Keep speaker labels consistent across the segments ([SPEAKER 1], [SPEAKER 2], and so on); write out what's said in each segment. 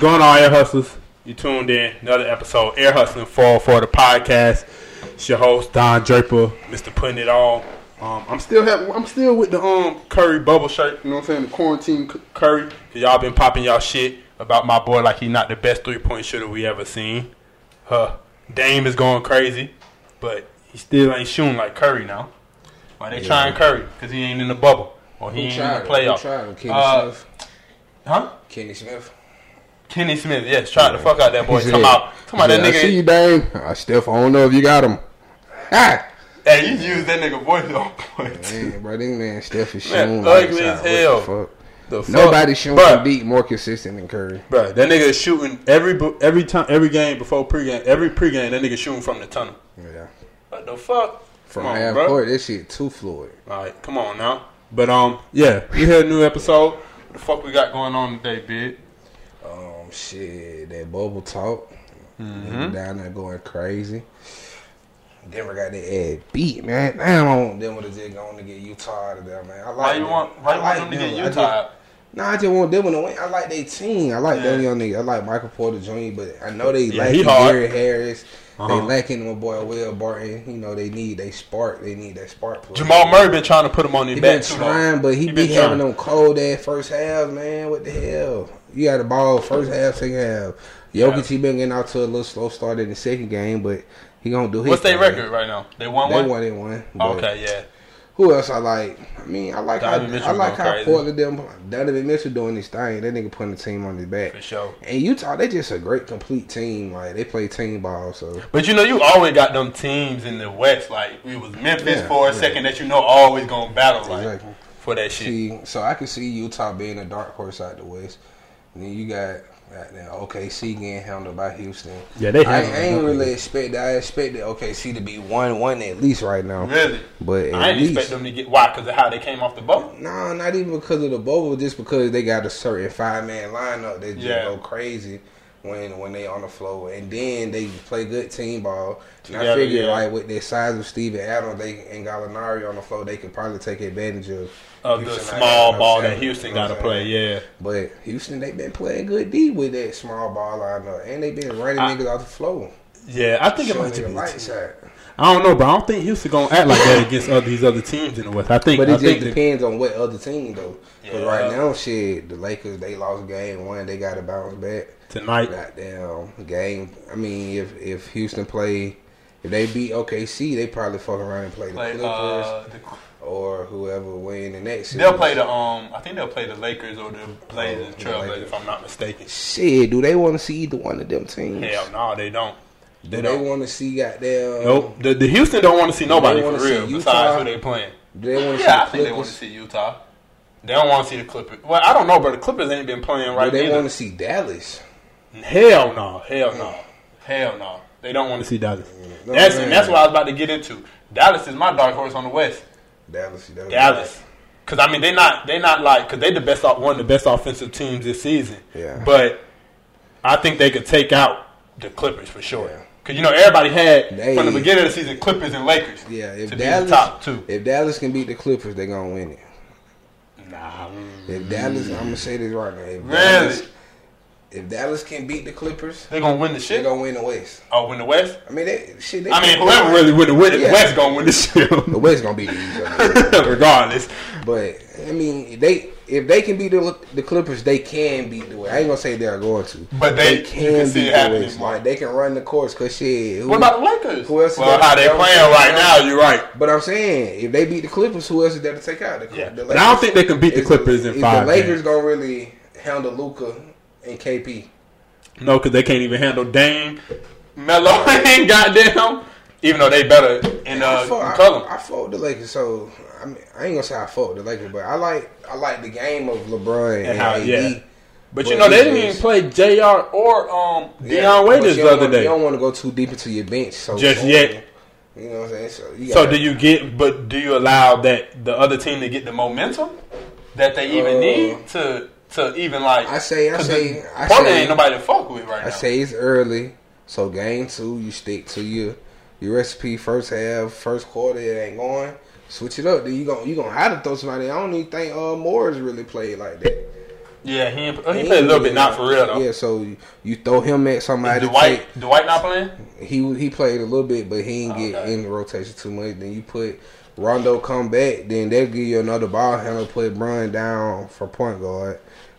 [SPEAKER 1] going on, Air Hustlers? You tuned in another episode, Air Hustling Fall for the podcast. It's your host Don Draper, Mister Putting It On. Um, I'm still have, I'm still with the um Curry bubble shirt. You know what I'm saying? The quarantine c- Curry. Cause y'all been popping y'all shit about my boy like he not the best three point shooter we ever seen. Huh? Dame is going crazy, but he still ain't shooting like Curry now. Why they trying Curry? Cause he ain't in the bubble or he ain't in the
[SPEAKER 2] Who
[SPEAKER 1] playoff.
[SPEAKER 2] tried him? Kenny
[SPEAKER 1] Uh,
[SPEAKER 2] Smith.
[SPEAKER 1] Huh?
[SPEAKER 2] Kenny Smith.
[SPEAKER 1] Kenny Smith, yes, tried to fuck out that boy.
[SPEAKER 2] He
[SPEAKER 1] Come
[SPEAKER 2] said-
[SPEAKER 1] out, come out,
[SPEAKER 2] he
[SPEAKER 1] that
[SPEAKER 2] said, I see
[SPEAKER 1] nigga.
[SPEAKER 2] you, Dame. I still, I don't know if you got him. Ah,
[SPEAKER 1] Hey, you used that nigga voice on point.
[SPEAKER 2] man, bro, this man Steph is
[SPEAKER 1] Man,
[SPEAKER 2] shooting
[SPEAKER 1] ugly
[SPEAKER 2] lights
[SPEAKER 1] as
[SPEAKER 2] out. What the
[SPEAKER 1] hell.
[SPEAKER 2] fuck?
[SPEAKER 1] The fuck?
[SPEAKER 2] Nobody shooting
[SPEAKER 1] Bruh,
[SPEAKER 2] beat more consistent than Curry.
[SPEAKER 1] bruh, that nigga is shooting every bo- every time, every game before pregame, every pregame. That nigga shooting from the tunnel.
[SPEAKER 2] Yeah,
[SPEAKER 1] What the fuck?
[SPEAKER 2] from
[SPEAKER 1] come on,
[SPEAKER 2] half
[SPEAKER 1] bro.
[SPEAKER 2] court, this shit too fluid.
[SPEAKER 1] All right, come on now. But um, yeah, we had a new episode. What the fuck we got going on today, big?
[SPEAKER 2] Um, shit, that bubble talk.
[SPEAKER 1] Mm-hmm.
[SPEAKER 2] Them Down there going crazy. Denver got their ass beat, man. Damn, I want Denver to just go on to get Utah out of there, man. I like
[SPEAKER 1] Why you
[SPEAKER 2] them.
[SPEAKER 1] want? Why
[SPEAKER 2] I
[SPEAKER 1] you
[SPEAKER 2] like
[SPEAKER 1] want them to
[SPEAKER 2] Denver. I
[SPEAKER 1] get
[SPEAKER 2] just-
[SPEAKER 1] Utah?
[SPEAKER 2] Nah, I just want them to win. I like their team. I like
[SPEAKER 1] Yeah.
[SPEAKER 2] them young niggas. I like Michael Porter Jr., but I know they
[SPEAKER 1] Yeah, he
[SPEAKER 2] lacking
[SPEAKER 1] hard.
[SPEAKER 2] Gary Harris. They
[SPEAKER 1] Uh-huh.
[SPEAKER 2] lacking my boy Will Barton. You know, they need they spark. They need that spark play.
[SPEAKER 1] Jamal Murray been trying to put him on his
[SPEAKER 2] He
[SPEAKER 1] back
[SPEAKER 2] been
[SPEAKER 1] too.
[SPEAKER 2] trying,
[SPEAKER 1] though.
[SPEAKER 2] but he,
[SPEAKER 1] He
[SPEAKER 2] be
[SPEAKER 1] been
[SPEAKER 2] having
[SPEAKER 1] trying.
[SPEAKER 2] them cold ass first half, man. What the hell? You got the ball first half, second half. Jokic, he been getting out to a little slow start in the second game, but he gonna do his
[SPEAKER 1] What's their
[SPEAKER 2] thing.
[SPEAKER 1] record right now? They won
[SPEAKER 2] They
[SPEAKER 1] one. Oh,
[SPEAKER 2] won in one. but-
[SPEAKER 1] Okay, yeah.
[SPEAKER 2] who else I like? I mean, I like how,
[SPEAKER 1] Donovan Mitchell
[SPEAKER 2] I like
[SPEAKER 1] going
[SPEAKER 2] how
[SPEAKER 1] crazy.
[SPEAKER 2] Portland them Donovan Mitchell doing his thing. That nigga putting the team on his back.
[SPEAKER 1] For sure.
[SPEAKER 2] And Utah, they just a great complete team. Like they play team ball, so
[SPEAKER 1] But you know, you always got them teams in the West. Like it was Memphis
[SPEAKER 2] Yeah,
[SPEAKER 1] for a
[SPEAKER 2] yeah.
[SPEAKER 1] second that you know always gonna battle like
[SPEAKER 2] Exactly.
[SPEAKER 1] for that shit.
[SPEAKER 2] see, so I can see Utah being a dark horse out the West. And then you got goddamn OKC getting handled by Houston.
[SPEAKER 1] Yeah, they
[SPEAKER 2] I, I
[SPEAKER 1] handled
[SPEAKER 2] ain't really expect. I expected OKC to be one one at least right now.
[SPEAKER 1] Really,
[SPEAKER 2] But at
[SPEAKER 1] I didn't
[SPEAKER 2] least,
[SPEAKER 1] expect them to get why because of how they came off the boat.
[SPEAKER 2] No, not even because of the bubble, just because they got a certain five man lineup that just
[SPEAKER 1] Yeah.
[SPEAKER 2] go crazy when when they on the floor, and then they play good team ball. And
[SPEAKER 1] Together,
[SPEAKER 2] I figure
[SPEAKER 1] yeah.
[SPEAKER 2] like with the size of Steven Adams, they and Gallinari on the floor, they could probably take advantage of
[SPEAKER 1] Of the
[SPEAKER 2] Houston lineup,
[SPEAKER 1] small
[SPEAKER 2] I'm
[SPEAKER 1] ball
[SPEAKER 2] saying,
[SPEAKER 1] that Houston
[SPEAKER 2] you know
[SPEAKER 1] got to
[SPEAKER 2] what I'm
[SPEAKER 1] play,
[SPEAKER 2] saying?
[SPEAKER 1] yeah.
[SPEAKER 2] But Houston, they been playing good D with that small ball lineup, and they been running
[SPEAKER 1] I-
[SPEAKER 2] niggas off the floor.
[SPEAKER 1] Yeah, I think it
[SPEAKER 2] Showing
[SPEAKER 1] might
[SPEAKER 2] niggas light
[SPEAKER 1] just be.
[SPEAKER 2] side.
[SPEAKER 1] I don't know, but I don't think Houston gonna act like that against other, these other teams in the West. I think,
[SPEAKER 2] But
[SPEAKER 1] I
[SPEAKER 2] it just
[SPEAKER 1] think the-
[SPEAKER 2] depends on what other team though. 'Cause
[SPEAKER 1] Yeah.
[SPEAKER 2] right now, shit, the Lakers they lost game one, they got to bounce back.
[SPEAKER 1] tonight.
[SPEAKER 2] Goddamn game. I mean, if if Houston play, if they beat OKC, they probably fuck around and play the
[SPEAKER 1] Play,
[SPEAKER 2] Clippers
[SPEAKER 1] uh, the,
[SPEAKER 2] or whoever win the next.
[SPEAKER 1] they'll
[SPEAKER 2] series.
[SPEAKER 1] play the um. I think they'll play the Lakers or the Blazers,
[SPEAKER 2] Oh, the
[SPEAKER 1] Trailblazers,
[SPEAKER 2] Lakers.
[SPEAKER 1] if I'm not mistaken.
[SPEAKER 2] Shit, do they want to see either one of them teams?
[SPEAKER 1] Hell no, they don't.
[SPEAKER 2] do
[SPEAKER 1] They
[SPEAKER 2] they
[SPEAKER 1] don't.
[SPEAKER 2] want to see goddamn?
[SPEAKER 1] Nope. The, the Houston don't want to see nobody for
[SPEAKER 2] wanna see
[SPEAKER 1] real.
[SPEAKER 2] Utah.
[SPEAKER 1] Besides who they playing.
[SPEAKER 2] Do they want to
[SPEAKER 1] Yeah, I
[SPEAKER 2] see
[SPEAKER 1] think
[SPEAKER 2] the
[SPEAKER 1] they want to
[SPEAKER 2] Clippers?
[SPEAKER 1] see Utah. They don't want to see the Clippers. Well, I don't know, but the Clippers ain't been playing right
[SPEAKER 2] do they
[SPEAKER 1] either.
[SPEAKER 2] want to see Dallas?
[SPEAKER 1] Hell no, hell no, hell no. They don't want to see Dallas.
[SPEAKER 2] No,
[SPEAKER 1] that's
[SPEAKER 2] man.
[SPEAKER 1] and that's what I was about to get into. Dallas is my dark horse on the West.
[SPEAKER 2] Dallas. Dallas.
[SPEAKER 1] Dallas, because I mean they not they not like because they the best off- one of the best offensive teams this season.
[SPEAKER 2] Yeah.
[SPEAKER 1] But I think they could take out the Clippers for sure.
[SPEAKER 2] Yeah.
[SPEAKER 1] Cause you know everybody had
[SPEAKER 2] They-
[SPEAKER 1] from the beginning of the season Clippers and Lakers.
[SPEAKER 2] Yeah, if
[SPEAKER 1] to
[SPEAKER 2] Dallas
[SPEAKER 1] be the top two.
[SPEAKER 2] if Dallas can beat the Clippers, they gonna win it.
[SPEAKER 1] Nah,
[SPEAKER 2] If Dallas, I'm gonna say this right now. If
[SPEAKER 1] Mm. Really?
[SPEAKER 2] Dallas, if Dallas can beat the Clippers,
[SPEAKER 1] they gonna win the
[SPEAKER 2] they
[SPEAKER 1] shit.
[SPEAKER 2] gonna win the West.
[SPEAKER 1] Oh, win the West.
[SPEAKER 2] I mean, they, shit. They
[SPEAKER 1] I mean, whoever really win the win, the
[SPEAKER 2] Yeah.
[SPEAKER 1] West gonna win the shit.
[SPEAKER 2] the West gonna be the East, I mean.
[SPEAKER 1] Regardless,
[SPEAKER 2] but I mean, they if they can beat the, the Clippers, they can beat the West. I ain't gonna say they're going to,
[SPEAKER 1] But they- you can see it happening, Mark.
[SPEAKER 2] Like they can run the course, cause shit. who-
[SPEAKER 1] what about the Lakers?
[SPEAKER 2] Who else is
[SPEAKER 1] well,
[SPEAKER 2] there?
[SPEAKER 1] how they
[SPEAKER 2] That was-
[SPEAKER 1] playing right now? You're right.
[SPEAKER 2] But I'm saying, if they beat the Clippers, who else is there to take out? The,
[SPEAKER 1] Yeah,
[SPEAKER 2] the
[SPEAKER 1] but I don't think they can beat the
[SPEAKER 2] If
[SPEAKER 1] Clippers in
[SPEAKER 2] if
[SPEAKER 1] five.
[SPEAKER 2] The Lakers
[SPEAKER 1] games.
[SPEAKER 2] gonna really handle Luca and KP.
[SPEAKER 1] No, because they can't even handle Dame, Melo, and goddamn. Even though they better in uh,
[SPEAKER 2] I fuck- I-
[SPEAKER 1] McCollum.
[SPEAKER 2] I, fought the Lakers, so I mean, I ain't gonna say I fought the Lakers, but I like I like the game of LeBron and,
[SPEAKER 1] And how-
[SPEAKER 2] AD.
[SPEAKER 1] yeah. but you
[SPEAKER 2] but
[SPEAKER 1] know they
[SPEAKER 2] he
[SPEAKER 1] didn't even
[SPEAKER 2] is-
[SPEAKER 1] play Jr. or um Deion
[SPEAKER 2] Yeah, but
[SPEAKER 1] Waiters
[SPEAKER 2] you
[SPEAKER 1] the
[SPEAKER 2] don't
[SPEAKER 1] other
[SPEAKER 2] wanna- You
[SPEAKER 1] day.
[SPEAKER 2] don't want to go too deep into your bench, so
[SPEAKER 1] Just
[SPEAKER 2] so,
[SPEAKER 1] yet.
[SPEAKER 2] You know what I'm saying? So, you
[SPEAKER 1] So
[SPEAKER 2] gotta-
[SPEAKER 1] do you get? But do you allow that the other team to get the momentum that they even
[SPEAKER 2] Uh,
[SPEAKER 1] need to to even like?
[SPEAKER 2] I say- I
[SPEAKER 1] 'cause
[SPEAKER 2] say-
[SPEAKER 1] the-
[SPEAKER 2] I
[SPEAKER 1] Portland
[SPEAKER 2] say-
[SPEAKER 1] ain't nobody to fuck with right
[SPEAKER 2] I
[SPEAKER 1] now.
[SPEAKER 2] say it's early, so game two, you stick to your your recipe. First half, first quarter, it ain't going. Switch it up. Then you gonna you gonna have to throw somebody. I don't even think uh Morris really played like that.
[SPEAKER 1] Yeah, he ain't- oh, he played a little bit, not for real though.
[SPEAKER 2] Yeah, so you, you throw him at somebody.
[SPEAKER 1] Dwight, Dwight not playing.
[SPEAKER 2] take- he he played a little bit, but he ain't get
[SPEAKER 1] Okay.
[SPEAKER 2] in the rotation too much. Then you put Rondo come back, then they give you another ball handler. Put Brun down for point guard.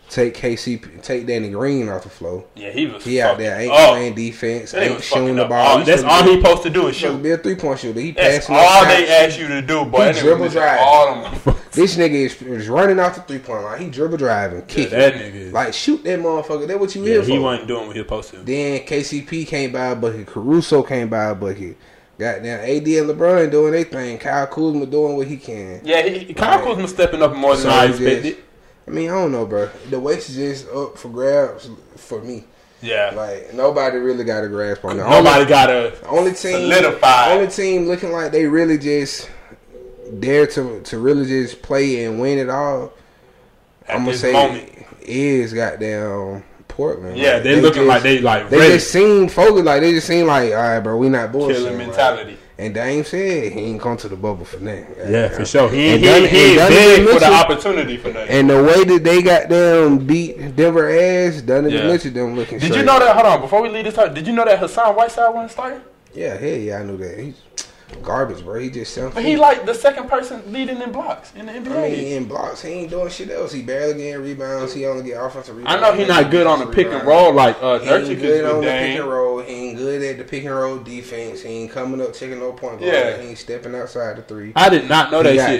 [SPEAKER 2] Take KC, take Danny Green off the floor.
[SPEAKER 1] Yeah, he was.
[SPEAKER 2] He out
[SPEAKER 1] fucking
[SPEAKER 2] there ain't
[SPEAKER 1] up.
[SPEAKER 2] playing defense,
[SPEAKER 1] That nigga
[SPEAKER 2] ain't
[SPEAKER 1] was
[SPEAKER 2] shooting
[SPEAKER 1] fucking
[SPEAKER 2] the
[SPEAKER 1] up.
[SPEAKER 2] ball.
[SPEAKER 1] All, that's all he supposed to do is
[SPEAKER 2] He supposed
[SPEAKER 1] shoot.
[SPEAKER 2] to be a three point shooter. He
[SPEAKER 1] That's
[SPEAKER 2] passing.
[SPEAKER 1] all
[SPEAKER 2] up
[SPEAKER 1] they
[SPEAKER 2] shots.
[SPEAKER 1] ask you to do, boy. That nigga
[SPEAKER 2] dribble
[SPEAKER 1] was
[SPEAKER 2] drive.
[SPEAKER 1] all them-
[SPEAKER 2] This nigga is, is running off the three point line. He dribble driving, kick.
[SPEAKER 1] That nigga. Is,
[SPEAKER 2] like shoot that motherfucker. That what you
[SPEAKER 1] yeah,
[SPEAKER 2] here
[SPEAKER 1] he
[SPEAKER 2] for?
[SPEAKER 1] wasn't doing what he was supposed to.
[SPEAKER 2] Then KCP came by a bucket. Caruso came by a bucket. Goddamn, AD and LeBron doing their thing. Kyle Kuzma doing what he can.
[SPEAKER 1] Yeah, he, Kyle
[SPEAKER 2] Right.
[SPEAKER 1] Kuzma stepping up more than
[SPEAKER 2] So
[SPEAKER 1] I
[SPEAKER 2] he just-
[SPEAKER 1] expected.
[SPEAKER 2] I mean, I don't know, bro. The West is just up for grabs for me.
[SPEAKER 1] Yeah,
[SPEAKER 2] Like nobody really got a grasp on it.
[SPEAKER 1] nobody got a
[SPEAKER 2] Only, only team.
[SPEAKER 1] solidified.
[SPEAKER 2] Only team looking like they really just dare to to really just play and win it all.
[SPEAKER 1] at
[SPEAKER 2] I'm gonna
[SPEAKER 1] this
[SPEAKER 2] say
[SPEAKER 1] moment.
[SPEAKER 2] is goddamn Portland.
[SPEAKER 1] Yeah,
[SPEAKER 2] Like,
[SPEAKER 1] they looking
[SPEAKER 2] just-
[SPEAKER 1] like they like
[SPEAKER 2] They
[SPEAKER 1] ready
[SPEAKER 2] just seem focused, like they just seem like, all right, bro, we not bullshit.
[SPEAKER 1] killing
[SPEAKER 2] bro."
[SPEAKER 1] mentality.
[SPEAKER 2] And Dame said he ain't come to the bubble for nothing.
[SPEAKER 1] Yeah, for sure. He ain't,
[SPEAKER 2] And Dun-
[SPEAKER 1] he, he ain't
[SPEAKER 2] and Donovan
[SPEAKER 1] big for the
[SPEAKER 2] Mitchell-
[SPEAKER 1] opportunity for nothing.
[SPEAKER 2] And the way that they got them beat Denver ass, Donovan
[SPEAKER 1] Yeah.
[SPEAKER 2] Mitchell them looking.
[SPEAKER 1] Did
[SPEAKER 2] straight.
[SPEAKER 1] you know that? Hold on, before we leave this talk, did you know that Hassan Whiteside wasn't starting?
[SPEAKER 2] Yeah, hell yeah, I knew that. He's garbage, bro. He just sounds.
[SPEAKER 1] But he like the second person leading in blocks in the NBA.
[SPEAKER 2] I mean, he in blocks. He ain't doing shit else. He barely getting rebounds. He only get offensive
[SPEAKER 1] I
[SPEAKER 2] rebounds.
[SPEAKER 1] know he not good on the pick and
[SPEAKER 2] Rebounds.
[SPEAKER 1] roll like uh,
[SPEAKER 2] He ain't
[SPEAKER 1] Nurkic is
[SPEAKER 2] good on
[SPEAKER 1] with
[SPEAKER 2] the pick and
[SPEAKER 1] Dame.
[SPEAKER 2] roll. He ain't good at the pick and roll defense. He ain't coming up taking no point guard.
[SPEAKER 1] Yeah.
[SPEAKER 2] He ain't stepping outside the three.
[SPEAKER 1] I did not know that
[SPEAKER 2] he,
[SPEAKER 1] shit.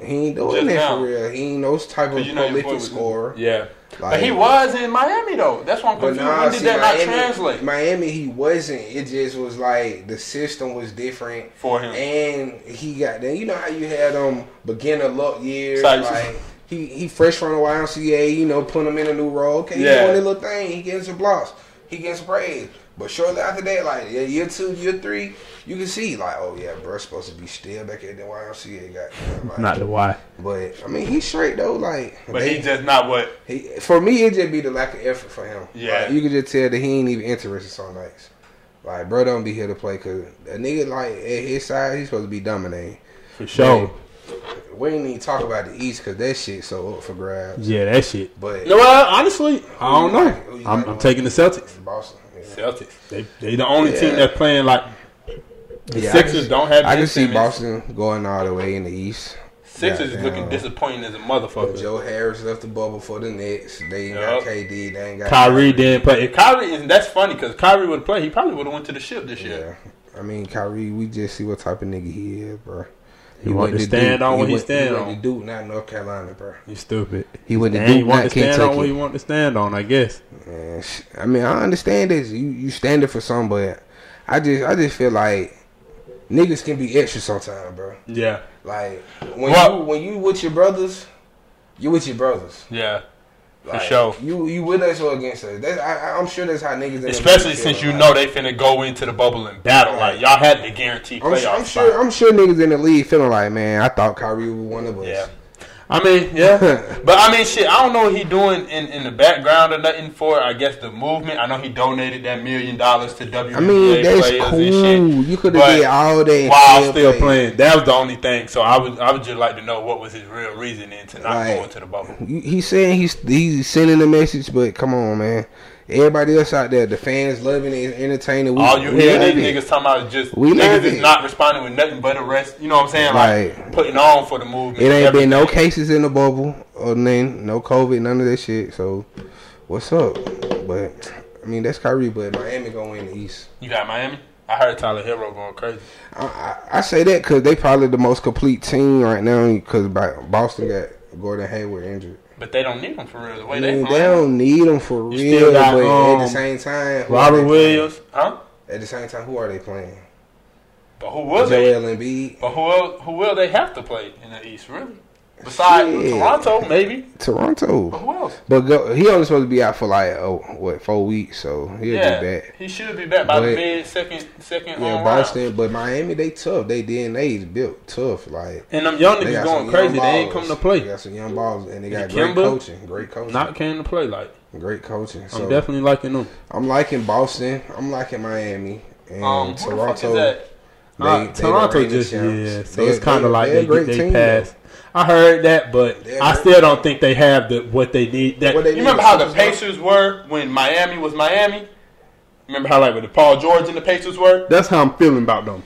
[SPEAKER 1] until
[SPEAKER 2] he,
[SPEAKER 1] the, um,
[SPEAKER 2] he ain't
[SPEAKER 1] just
[SPEAKER 2] doing that
[SPEAKER 1] now.
[SPEAKER 2] for real. He ain't those type of
[SPEAKER 1] Cause you know your boy
[SPEAKER 2] prolific
[SPEAKER 1] was-
[SPEAKER 2] scorer.
[SPEAKER 1] Yeah, but
[SPEAKER 2] Like-
[SPEAKER 1] he was in Miami though. That's why I'm
[SPEAKER 2] But
[SPEAKER 1] confused.
[SPEAKER 2] nah,
[SPEAKER 1] when did
[SPEAKER 2] see,
[SPEAKER 1] that
[SPEAKER 2] Miami,
[SPEAKER 1] not translate
[SPEAKER 2] Miami, he wasn't. It just was like the system was different,
[SPEAKER 1] for him?
[SPEAKER 2] and he got there. You know how you had um beginner luck years,
[SPEAKER 1] Sorry,
[SPEAKER 2] like. He, he fresh from the YMCA, you know, put him in a new role. Okay,
[SPEAKER 1] Yeah.
[SPEAKER 2] he doing his little thing. He getting some blocks. He getting some praise. But shortly after that, like yeah, year two, year three, you can see like, oh yeah, bro, supposed to be still back at the YMCA. Goddamn, like,
[SPEAKER 1] the why.
[SPEAKER 2] but I mean, he's straight though. Like,
[SPEAKER 1] But
[SPEAKER 2] they-
[SPEAKER 1] he just not what.
[SPEAKER 2] he, for me, it just be the lack of effort for him.
[SPEAKER 1] Yeah.
[SPEAKER 2] Like, you can just tell that he ain't even interested some nights. Like, bro, don't be here to play because a nigga like at his size, he's supposed to be dominating.
[SPEAKER 1] For
[SPEAKER 2] We ain't even talk about the East because that shit so up for grabs.
[SPEAKER 1] Yeah, that shit.
[SPEAKER 2] But
[SPEAKER 1] No, well, honestly, I don't
[SPEAKER 2] Who
[SPEAKER 1] know. I'm,
[SPEAKER 2] you like
[SPEAKER 1] I'm
[SPEAKER 2] more?
[SPEAKER 1] taking the Celtics.
[SPEAKER 2] Boston, yeah.
[SPEAKER 1] Celtics. They they the only
[SPEAKER 2] Yeah.
[SPEAKER 1] team that's playing like the
[SPEAKER 2] Yeah, I
[SPEAKER 1] Sixers
[SPEAKER 2] can see-
[SPEAKER 1] don't have.
[SPEAKER 2] I
[SPEAKER 1] Ben
[SPEAKER 2] can see
[SPEAKER 1] Simmons.
[SPEAKER 2] Boston going all the way in the East.
[SPEAKER 1] Sixers is
[SPEAKER 2] Goddamn.
[SPEAKER 1] looking disappointing as a
[SPEAKER 2] But
[SPEAKER 1] motherfucker.
[SPEAKER 2] Joe Harris left the bubble for the Nets. They ain't
[SPEAKER 1] Yup.
[SPEAKER 2] got KD. They ain't got
[SPEAKER 1] Kyrie didn't play. If Kyrie and that's funny because Kyrie would have played, he probably would have went to the ship this year.
[SPEAKER 2] Yeah. I mean, Kyrie, we just see what type of nigga he is, bro.
[SPEAKER 1] He want to stand on what he
[SPEAKER 2] went-
[SPEAKER 1] stand
[SPEAKER 2] went
[SPEAKER 1] on.
[SPEAKER 2] to Duke, not North Carolina, bro.
[SPEAKER 1] You stupid.
[SPEAKER 2] He went to
[SPEAKER 1] And he
[SPEAKER 2] Duke,
[SPEAKER 1] want to
[SPEAKER 2] not
[SPEAKER 1] stand on what he
[SPEAKER 2] Kentucky.
[SPEAKER 1] want to stand on, I guess.
[SPEAKER 2] Man, sh- I mean, I understand this. You you standing for something, but I just I just feel like niggas can be extra sometimes, bro.
[SPEAKER 1] Yeah,
[SPEAKER 2] Like when
[SPEAKER 1] Well-
[SPEAKER 2] you when you with your brothers, you with your brothers.
[SPEAKER 1] yeah, for
[SPEAKER 2] Like,
[SPEAKER 1] sure.
[SPEAKER 2] You you with us or against us? That's, I, I- I'm sure that's how niggas. in the
[SPEAKER 1] Especially
[SPEAKER 2] league feel,
[SPEAKER 1] since you
[SPEAKER 2] like.
[SPEAKER 1] know they finna go into the bubble and battle. Like y'all had the guaranteed
[SPEAKER 2] I'm,
[SPEAKER 1] playoff
[SPEAKER 2] su- I'm
[SPEAKER 1] spot.
[SPEAKER 2] sure I'm sure niggas in the league feeling like, man, I thought Kyrie was one of us.
[SPEAKER 1] Yeah. I mean, yeah. but I mean, shit, I don't know what he doing in, in the background or nothing for, I guess, the movement. I know he donated that million dollars to WNBA
[SPEAKER 2] I mean, that's
[SPEAKER 1] players
[SPEAKER 2] cool.
[SPEAKER 1] and shit.
[SPEAKER 2] You could
[SPEAKER 1] But
[SPEAKER 2] have did all that and
[SPEAKER 1] While still
[SPEAKER 2] played.
[SPEAKER 1] playing, that was the only thing. So I would, I would just like to know what was his real reason then to not
[SPEAKER 2] Right.
[SPEAKER 1] go into the bubble.
[SPEAKER 2] You- He's saying he's he's sending a message, but come on, man. Everybody else out there, the fans loving it, entertaining. We,
[SPEAKER 1] All you
[SPEAKER 2] we
[SPEAKER 1] hear
[SPEAKER 2] love
[SPEAKER 1] these
[SPEAKER 2] it.
[SPEAKER 1] niggas talking about is just
[SPEAKER 2] We
[SPEAKER 1] niggas
[SPEAKER 2] love
[SPEAKER 1] is
[SPEAKER 2] it.
[SPEAKER 1] not responding with nothing but arrest. You know what I'm saying? Like
[SPEAKER 2] Right.
[SPEAKER 1] putting on for the movement.
[SPEAKER 2] It ain't been no
[SPEAKER 1] everything.
[SPEAKER 2] cases in the bubble or nothing, no COVID, none of that shit. So, what's up? But I mean, that's Kyrie. But Miami gonna win the East.
[SPEAKER 1] You got Miami. I heard Tyler Hero going crazy.
[SPEAKER 2] I, I, I say that because they probably the most complete team right now. Because Boston got Gordon Hayward injured.
[SPEAKER 1] But they don't need him for real. The way
[SPEAKER 2] I mean,
[SPEAKER 1] they
[SPEAKER 2] Mm, they
[SPEAKER 1] playing.
[SPEAKER 2] don't need them for
[SPEAKER 1] You
[SPEAKER 2] real,
[SPEAKER 1] still got,
[SPEAKER 2] but at
[SPEAKER 1] um,
[SPEAKER 2] the same time, who are
[SPEAKER 1] Robert
[SPEAKER 2] they
[SPEAKER 1] Williams, huh?
[SPEAKER 2] playing? At the same time, who are they playing?
[SPEAKER 1] But who will they?
[SPEAKER 2] Joel Embiid,
[SPEAKER 1] But who else, who will they have to play in the East really? Besides
[SPEAKER 2] Shit.
[SPEAKER 1] Toronto, maybe. But
[SPEAKER 2] Toronto.
[SPEAKER 1] who else?
[SPEAKER 2] But go, he only supposed to be out for like oh, what four weeks, so he'll
[SPEAKER 1] yeah,
[SPEAKER 2] be back.
[SPEAKER 1] he should be back by the
[SPEAKER 2] But-
[SPEAKER 1] mid second second
[SPEAKER 2] Yeah,
[SPEAKER 1] um,
[SPEAKER 2] Boston,
[SPEAKER 1] round.
[SPEAKER 2] but Miami, they tough. They DNA is built tough. Like
[SPEAKER 1] And them young
[SPEAKER 2] they
[SPEAKER 1] niggas
[SPEAKER 2] got
[SPEAKER 1] going
[SPEAKER 2] some young
[SPEAKER 1] crazy. They ain't
[SPEAKER 2] ballers.
[SPEAKER 1] coming to
[SPEAKER 2] They
[SPEAKER 1] play.
[SPEAKER 2] got some young balls, and they got
[SPEAKER 1] Kimba?
[SPEAKER 2] great coaching. Great coaching.
[SPEAKER 1] Not Oh, came to play. Like
[SPEAKER 2] great coaching. So
[SPEAKER 1] I'm
[SPEAKER 2] I'm,
[SPEAKER 1] definitely liking them.
[SPEAKER 2] liking Boston. I'm liking Miami and
[SPEAKER 1] Um, who the fuck is
[SPEAKER 2] Toronto.
[SPEAKER 1] that?
[SPEAKER 2] They-
[SPEAKER 1] Uh,
[SPEAKER 2] they the
[SPEAKER 1] Toronto
[SPEAKER 2] reigning
[SPEAKER 1] just
[SPEAKER 2] champs.
[SPEAKER 1] yeah. So
[SPEAKER 2] They-
[SPEAKER 1] it's kind
[SPEAKER 2] they-
[SPEAKER 1] of like
[SPEAKER 2] they're a
[SPEAKER 1] they
[SPEAKER 2] great
[SPEAKER 1] they
[SPEAKER 2] team,
[SPEAKER 1] pass. I heard that, but
[SPEAKER 2] They
[SPEAKER 1] I
[SPEAKER 2] heard
[SPEAKER 1] still don't think they have the what they need. That
[SPEAKER 2] What they
[SPEAKER 1] you
[SPEAKER 2] need
[SPEAKER 1] remember
[SPEAKER 2] is
[SPEAKER 1] how the
[SPEAKER 2] superstar.
[SPEAKER 1] Pacers were when Miami was Miami. Remember how like when the Paul George and the Pacers were. That's how I'm feeling about them.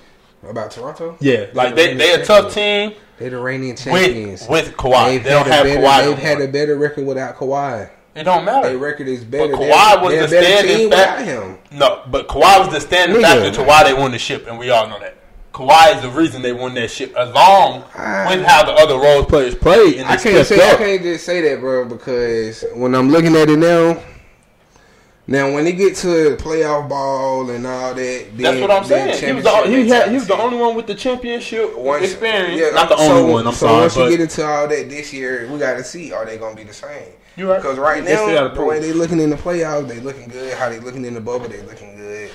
[SPEAKER 2] About Toronto?
[SPEAKER 1] Yeah, like they
[SPEAKER 2] They-
[SPEAKER 1] they a tough team
[SPEAKER 2] They're the reigning champions.
[SPEAKER 1] with with Kawhi.
[SPEAKER 2] They've
[SPEAKER 1] they don't
[SPEAKER 2] had
[SPEAKER 1] have
[SPEAKER 2] a better,
[SPEAKER 1] Kawhi.
[SPEAKER 2] They've had
[SPEAKER 1] no
[SPEAKER 2] a
[SPEAKER 1] more.
[SPEAKER 2] better record without Kawhi.
[SPEAKER 1] it don't
[SPEAKER 2] Their
[SPEAKER 1] matter.
[SPEAKER 2] record is better.
[SPEAKER 1] But
[SPEAKER 2] They're-
[SPEAKER 1] Kawhi was the
[SPEAKER 2] they're a better
[SPEAKER 1] standing
[SPEAKER 2] team
[SPEAKER 1] factor.
[SPEAKER 2] without him.
[SPEAKER 1] No, but Kawhi was the standing
[SPEAKER 2] Nigga.
[SPEAKER 1] factor to why they won the ship, and we all know that. Kawhi is the reason they won that ship, along
[SPEAKER 2] Ah.
[SPEAKER 1] with how the other role players played. And they
[SPEAKER 2] I can't say
[SPEAKER 1] stepped
[SPEAKER 2] I
[SPEAKER 1] up.
[SPEAKER 2] can't just say that, bro, because when I'm looking at it now, now when they get to playoff ball and all that, then,
[SPEAKER 1] That's what I'm
[SPEAKER 2] then
[SPEAKER 1] saying. He was the, he,
[SPEAKER 2] championship
[SPEAKER 1] had, he was the
[SPEAKER 2] mentality.
[SPEAKER 1] only one with the championship
[SPEAKER 2] Once-
[SPEAKER 1] experience.
[SPEAKER 2] yeah,
[SPEAKER 1] Not the
[SPEAKER 2] so-
[SPEAKER 1] only one. I'm
[SPEAKER 2] so
[SPEAKER 1] sorry,
[SPEAKER 2] Once
[SPEAKER 1] but
[SPEAKER 2] you get into all that this year, we got to see are they going to be the same?
[SPEAKER 1] You right.
[SPEAKER 2] Because right
[SPEAKER 1] They still
[SPEAKER 2] now,
[SPEAKER 1] gotta
[SPEAKER 2] the
[SPEAKER 1] prove.
[SPEAKER 2] way they looking in the playoffs, they looking good. How they looking in the bubble, they looking good.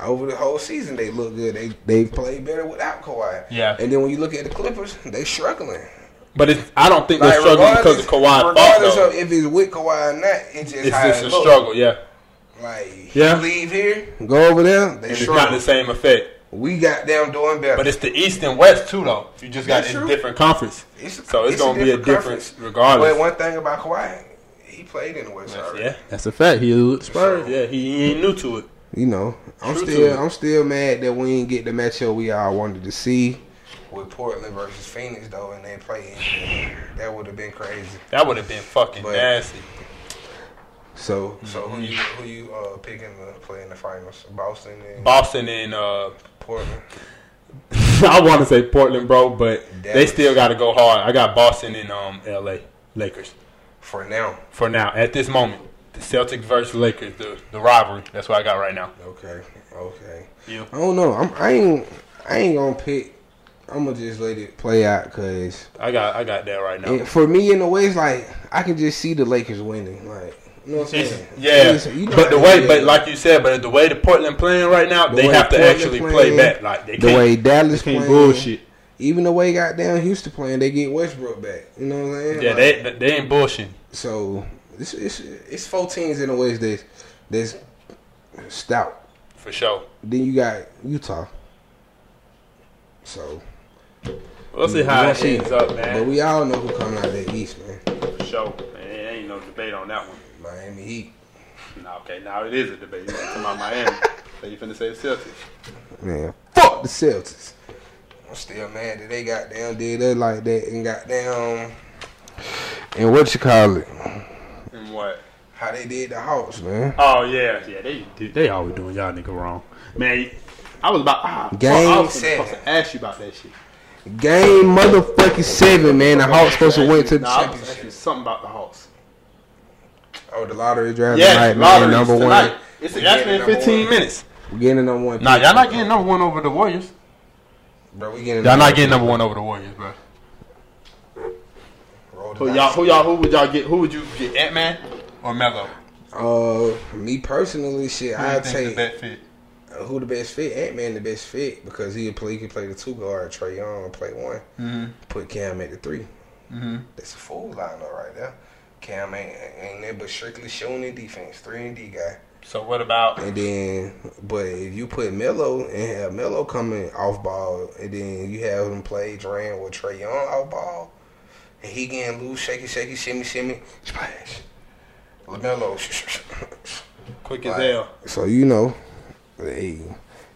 [SPEAKER 2] Over the whole season, they look good. They they played better without Kawhi.
[SPEAKER 1] Yeah.
[SPEAKER 2] And then when you look at the Clippers, they struggling.
[SPEAKER 1] but it's, I don't think they're struggling because of Kawhi. Fault,
[SPEAKER 2] regardless
[SPEAKER 1] though.
[SPEAKER 2] of if it's with Kawhi or not, it's just
[SPEAKER 1] it's
[SPEAKER 2] how
[SPEAKER 1] just
[SPEAKER 2] it
[SPEAKER 1] a
[SPEAKER 2] look.
[SPEAKER 1] struggle, yeah.
[SPEAKER 2] Like
[SPEAKER 1] Yeah.
[SPEAKER 2] you leave here, go over there, they
[SPEAKER 1] It's
[SPEAKER 2] struggle.
[SPEAKER 1] not the same effect.
[SPEAKER 2] We got them doing better.
[SPEAKER 1] But it's the East and West too, though. You just got
[SPEAKER 2] That's
[SPEAKER 1] it's
[SPEAKER 2] true.
[SPEAKER 1] different conference, so it's, gonna be a difference
[SPEAKER 2] conference.
[SPEAKER 1] regardless.
[SPEAKER 2] But one thing about Kawhi, he played in the West already.
[SPEAKER 1] yeah, that's a fact. He Spurs. Yeah, he, he ain't new to it.
[SPEAKER 2] You know, I'm
[SPEAKER 1] True to it.
[SPEAKER 2] still I'm still mad that we didn't get the matchup we all wanted to see with Portland versus Phoenix though, and they played. That would have been crazy.
[SPEAKER 1] That would have been fucking
[SPEAKER 2] But-
[SPEAKER 1] nasty.
[SPEAKER 2] So so who you who you uh, picking to play in the finals? Boston and
[SPEAKER 1] Boston and uh,
[SPEAKER 2] Portland.
[SPEAKER 1] I want to say Portland, bro, but they
[SPEAKER 2] Dallas.
[SPEAKER 1] still got to go hard. I got Boston and um L.A. Lakers.
[SPEAKER 2] For now,
[SPEAKER 1] for now at this moment. The Celtics versus Lakers, the, the rivalry. That's what I got right now.
[SPEAKER 2] okay, okay.
[SPEAKER 1] You?
[SPEAKER 2] I don't know. I'm, I ain't I ain't gonna pick. I'm gonna just let it play out because
[SPEAKER 1] I got I got that right now.
[SPEAKER 2] for me in the way it's like I can just see the Lakers winning. Like you know what I'm
[SPEAKER 1] It's-
[SPEAKER 2] saying?
[SPEAKER 1] yeah,
[SPEAKER 2] It's- you know
[SPEAKER 1] but the
[SPEAKER 2] how
[SPEAKER 1] way,
[SPEAKER 2] it
[SPEAKER 1] but
[SPEAKER 2] is.
[SPEAKER 1] like you said, but the way the Portland playing right now,
[SPEAKER 2] The
[SPEAKER 1] they
[SPEAKER 2] way
[SPEAKER 1] have to
[SPEAKER 2] Portland
[SPEAKER 1] actually play
[SPEAKER 2] playing,
[SPEAKER 1] back. Like they
[SPEAKER 2] the
[SPEAKER 1] can't,
[SPEAKER 2] way
[SPEAKER 1] they
[SPEAKER 2] Dallas
[SPEAKER 1] can't
[SPEAKER 2] playing,
[SPEAKER 1] bullshit.
[SPEAKER 2] Even the way goddamn Houston playing, they get Westbrook back. You know what I'm saying?
[SPEAKER 1] Yeah,
[SPEAKER 2] Like,
[SPEAKER 1] they they ain't bullshitting.
[SPEAKER 2] so it's, it's it's four teams in the West that's that's stout.
[SPEAKER 1] for sure.
[SPEAKER 2] Then you got Utah. So
[SPEAKER 1] We'll see
[SPEAKER 2] we
[SPEAKER 1] how
[SPEAKER 2] gonna
[SPEAKER 1] it
[SPEAKER 2] see.
[SPEAKER 1] ends up,
[SPEAKER 2] But
[SPEAKER 1] man.
[SPEAKER 2] we all know who coming out of the East, man.
[SPEAKER 1] for sure, man. It ain't no debate on that one.
[SPEAKER 2] Miami Heat.
[SPEAKER 1] Nah, okay, now it is a debate. You talking about Miami? So you finna say the Celtics?
[SPEAKER 2] Man, fuck the Celtics. I'm still mad that they got down did us like that and got down and what you call it?
[SPEAKER 1] And what?
[SPEAKER 2] How they did the Hawks, man.
[SPEAKER 1] Oh yeah, yeah. They dude, they always doing y'all nigga wrong, man. I was about ah, fuck, I
[SPEAKER 2] Game
[SPEAKER 1] was
[SPEAKER 2] seven.
[SPEAKER 1] supposed to ask you about that shit.
[SPEAKER 2] Game motherfucking seven, man. The Hawks supposed to win to the
[SPEAKER 1] Nah, I was
[SPEAKER 2] championship.
[SPEAKER 1] asking something about the Hawks.
[SPEAKER 2] Oh, the lottery draft
[SPEAKER 1] Yeah,
[SPEAKER 2] tonight,
[SPEAKER 1] lottery
[SPEAKER 2] man. Number
[SPEAKER 1] tonight.
[SPEAKER 2] one.
[SPEAKER 1] It's
[SPEAKER 2] We
[SPEAKER 1] actually
[SPEAKER 2] getting
[SPEAKER 1] in
[SPEAKER 2] number
[SPEAKER 1] 15
[SPEAKER 2] one.
[SPEAKER 1] minutes.
[SPEAKER 2] We getting the number one.
[SPEAKER 1] Nah,
[SPEAKER 2] pick.
[SPEAKER 1] y'all not getting number one over the Warriors.
[SPEAKER 2] Bro, we getting.
[SPEAKER 1] Y'all
[SPEAKER 2] number
[SPEAKER 1] not getting number one over the Warriors, bro.
[SPEAKER 2] one. Roll the
[SPEAKER 1] Who
[SPEAKER 2] dice.
[SPEAKER 1] y'all? Who y'all? Who would y'all get? Who would you get? Ant Man or Melo?
[SPEAKER 2] Uh, me personally, shit,
[SPEAKER 1] I
[SPEAKER 2] I'd
[SPEAKER 1] think
[SPEAKER 2] take
[SPEAKER 1] the best fit.
[SPEAKER 2] uh, who the best fit. Ant Man the best fit because he play. He can play the two guard. Trey Young will play one.
[SPEAKER 1] Mhm.
[SPEAKER 2] Put Cam at the three.
[SPEAKER 1] Mhm.
[SPEAKER 2] That's a full lineup right there. Cam ain't ain't there but strictly shooting and defense. Three and D guy.
[SPEAKER 1] So what about?
[SPEAKER 2] And then, but if you put Melo and have Melo coming off ball, and then you have him play Duran with Trey Young off ball, and he getting loose, shaky, shaky, shimmy, shimmy, splash. Lamelo.
[SPEAKER 1] Quick as
[SPEAKER 2] as
[SPEAKER 1] hell.
[SPEAKER 2] hell. so you know, hey,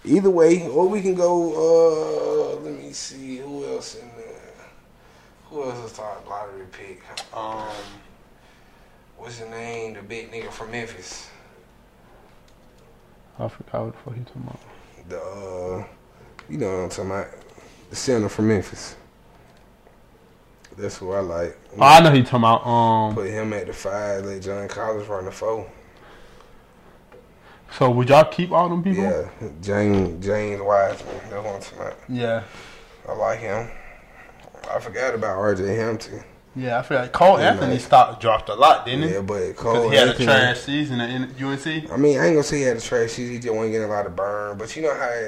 [SPEAKER 2] either way, or we can go. Uh, let me see who else in there. Who else is our lottery pick? Um, what's the name? The big nigga from Memphis.
[SPEAKER 1] I forgot what the fuck you talking about.
[SPEAKER 2] the uh, you know what I'm talking about, the center from Memphis. That's who I like.
[SPEAKER 1] Oh, I know who you talking about. Um.
[SPEAKER 2] Put him at the five, let John Collins run the four.
[SPEAKER 1] So would y'all keep all them people?
[SPEAKER 2] Yeah, James James Wiseman. That's what I'm talking about.
[SPEAKER 1] Yeah.
[SPEAKER 2] I like him. I forgot about R.J. Hampton.
[SPEAKER 1] Yeah, I feel like Cole
[SPEAKER 2] Yeah,
[SPEAKER 1] Anthony
[SPEAKER 2] man.
[SPEAKER 1] stock dropped a lot, didn't
[SPEAKER 2] Yeah,
[SPEAKER 1] it?
[SPEAKER 2] but
[SPEAKER 1] Because
[SPEAKER 2] Cole
[SPEAKER 1] he had
[SPEAKER 2] Anthony-
[SPEAKER 1] a trash season at N- UNC.
[SPEAKER 2] I mean, I ain't gonna say he had a trash season. He just wasn't getting a lot of burn. But you know how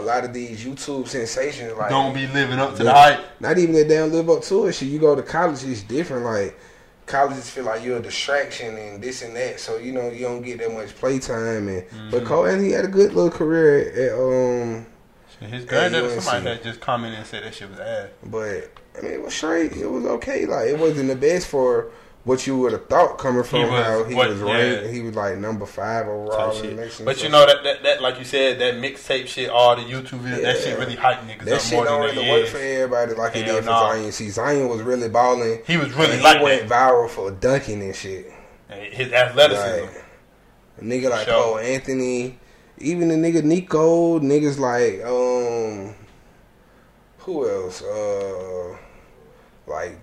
[SPEAKER 2] a lot of these YouTube sensations like
[SPEAKER 1] Don't be living up to the
[SPEAKER 2] Yeah.
[SPEAKER 1] hype.
[SPEAKER 2] not even that damn live up to it. Shit, you go to college, it's different. Like colleges feel like you're a distraction and this and that. So you know you
[SPEAKER 1] Mm-hmm.
[SPEAKER 2] don't get that much play time. And but Cole Anthony had a good little career at um
[SPEAKER 1] And his granddad,
[SPEAKER 2] Yeah,
[SPEAKER 1] or somebody
[SPEAKER 2] see.
[SPEAKER 1] had just commented and said that shit was ass.
[SPEAKER 2] But I mean, it was straight. It was okay. Like it wasn't the best for what you would have thought coming from
[SPEAKER 1] was-
[SPEAKER 2] how he
[SPEAKER 1] what-
[SPEAKER 2] was ranked.
[SPEAKER 1] yeah.
[SPEAKER 2] He was like number five overall.
[SPEAKER 1] type shit.
[SPEAKER 2] in the election.
[SPEAKER 1] But
[SPEAKER 2] So
[SPEAKER 1] you know that, that that like you said that mixtape shit, all the YouTube videos, that shit
[SPEAKER 2] Yeah.
[SPEAKER 1] really hyped niggas
[SPEAKER 2] that
[SPEAKER 1] up
[SPEAKER 2] shit
[SPEAKER 1] more
[SPEAKER 2] don't
[SPEAKER 1] than
[SPEAKER 2] really
[SPEAKER 1] they
[SPEAKER 2] work
[SPEAKER 1] is.
[SPEAKER 2] for everybody like it
[SPEAKER 1] Hell
[SPEAKER 2] did for
[SPEAKER 1] nah.
[SPEAKER 2] Zion. See, Zion was really balling.
[SPEAKER 1] He was really
[SPEAKER 2] and
[SPEAKER 1] like
[SPEAKER 2] he went viral for dunking and shit.
[SPEAKER 1] his athleticism.
[SPEAKER 2] Like a nigga like
[SPEAKER 1] sure.
[SPEAKER 2] Cole Anthony, even the nigga Nico, niggas like um, who else? Uh, like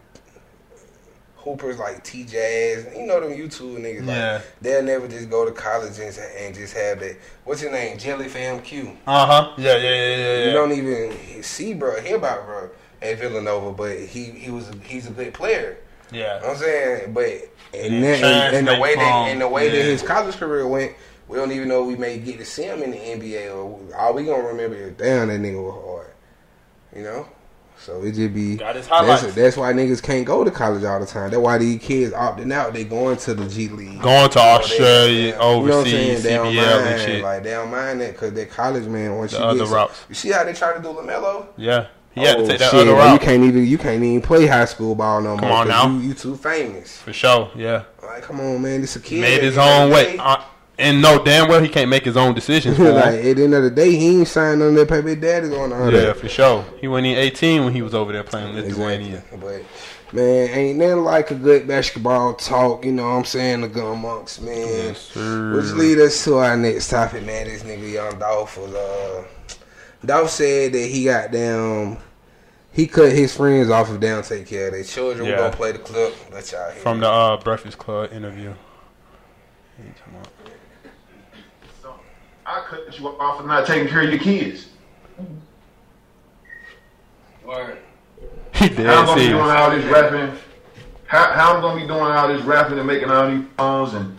[SPEAKER 2] hoopers like T Jazz. You know them YouTube niggas.
[SPEAKER 1] Yeah.
[SPEAKER 2] Like they'll never just go to college and, and just have that. What's his name? Jelly Fam Q.
[SPEAKER 1] Uh huh. Yeah, yeah, yeah, yeah. yeah.
[SPEAKER 2] You don't even see bro, hear about bro at Villanova, but he he was he's a good player. You know
[SPEAKER 1] yeah.
[SPEAKER 2] what I'm saying, but
[SPEAKER 1] And
[SPEAKER 2] and, then,
[SPEAKER 1] trans-
[SPEAKER 2] and, the way
[SPEAKER 1] from-
[SPEAKER 2] that and the way
[SPEAKER 1] yeah.
[SPEAKER 2] that his college career went, we don't even know we may get to see him in the NBA. Or all we gonna remember is damn that nigga was hard. You know, so it just be
[SPEAKER 1] Got his
[SPEAKER 2] that's,
[SPEAKER 1] highlights.
[SPEAKER 2] that's why niggas can't go to college all the time. That's why these kids opting out. They going to the G League.
[SPEAKER 1] Going to
[SPEAKER 2] You
[SPEAKER 1] Australia,
[SPEAKER 2] know what I'm saying?
[SPEAKER 1] overseas,
[SPEAKER 2] They don't
[SPEAKER 1] CBL and
[SPEAKER 2] mind,
[SPEAKER 1] shit.
[SPEAKER 2] Like they don't mind that because they college man. Once
[SPEAKER 1] The
[SPEAKER 2] you
[SPEAKER 1] other
[SPEAKER 2] get,
[SPEAKER 1] routes.
[SPEAKER 2] you see how they try to do Lamelo.
[SPEAKER 1] yeah, he had to
[SPEAKER 2] Oh,
[SPEAKER 1] take that
[SPEAKER 2] shit,
[SPEAKER 1] other
[SPEAKER 2] man,
[SPEAKER 1] route
[SPEAKER 2] You can't even you can't even play high school ball no
[SPEAKER 1] Come
[SPEAKER 2] more.
[SPEAKER 1] on
[SPEAKER 2] 'cause
[SPEAKER 1] now.
[SPEAKER 2] you, you too famous.
[SPEAKER 1] for sure. Yeah,
[SPEAKER 2] Like, come on, man, this a kid.
[SPEAKER 1] made
[SPEAKER 2] At
[SPEAKER 1] his
[SPEAKER 2] the end
[SPEAKER 1] own
[SPEAKER 2] of the
[SPEAKER 1] way,
[SPEAKER 2] day-
[SPEAKER 1] uh, and no damn well he can't make his own decisions. For
[SPEAKER 2] like
[SPEAKER 1] him.
[SPEAKER 2] at the end of the day, he ain't signed none of that paper. His daddy's on all
[SPEAKER 1] Yeah,
[SPEAKER 2] that.
[SPEAKER 1] for sure. He wasn't even 18 when he was over there playing Lithuania.
[SPEAKER 2] But man, ain't nothing like a good basketball talk. You know what I'm saying? The gun monks, man.
[SPEAKER 1] Yes, sir.
[SPEAKER 2] Which lead us to our next topic, man. This nigga Young Dolph was uh, Dolph said that he got down. He cut his friends off of down take care of their children.
[SPEAKER 1] Yeah.
[SPEAKER 2] We're gonna play the clip. Let y'all hear.
[SPEAKER 1] from the uh, Breakfast Club interview.
[SPEAKER 3] I cut you off for not taking care of your kids.
[SPEAKER 4] Word.
[SPEAKER 1] He did
[SPEAKER 3] How I'm gonna
[SPEAKER 1] see
[SPEAKER 3] be doing
[SPEAKER 1] it.
[SPEAKER 3] all this rapping? How, how I'm gonna be doing all this rapping and making all these songs and